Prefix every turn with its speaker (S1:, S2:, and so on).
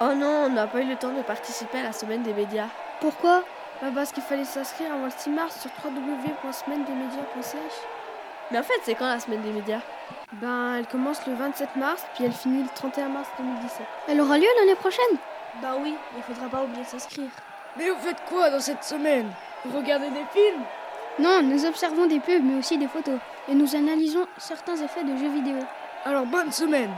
S1: Oh n'a pas eu le temps de participer à la semaine des médias.
S2: Pourquoi
S1: Bah parce qu'il fallait s'inscrire avant le 6 mars sur www.semaine-des-médias.ch. Mais en fait, c'est quand la semaine des médias Ben, elle commence le 27 mars, puis elle finit le 31 mars 2017.
S2: Elle aura lieu l'année prochaine
S1: Bah oui, il faudra pas oublier de s'inscrire.
S3: Mais vous faites quoi dans cette semaine Vous regardez des films
S2: Non, nous observons des pubs mais aussi des photos. Et nous analysons certains effets de jeux vidéo.
S3: Alors bonne semaine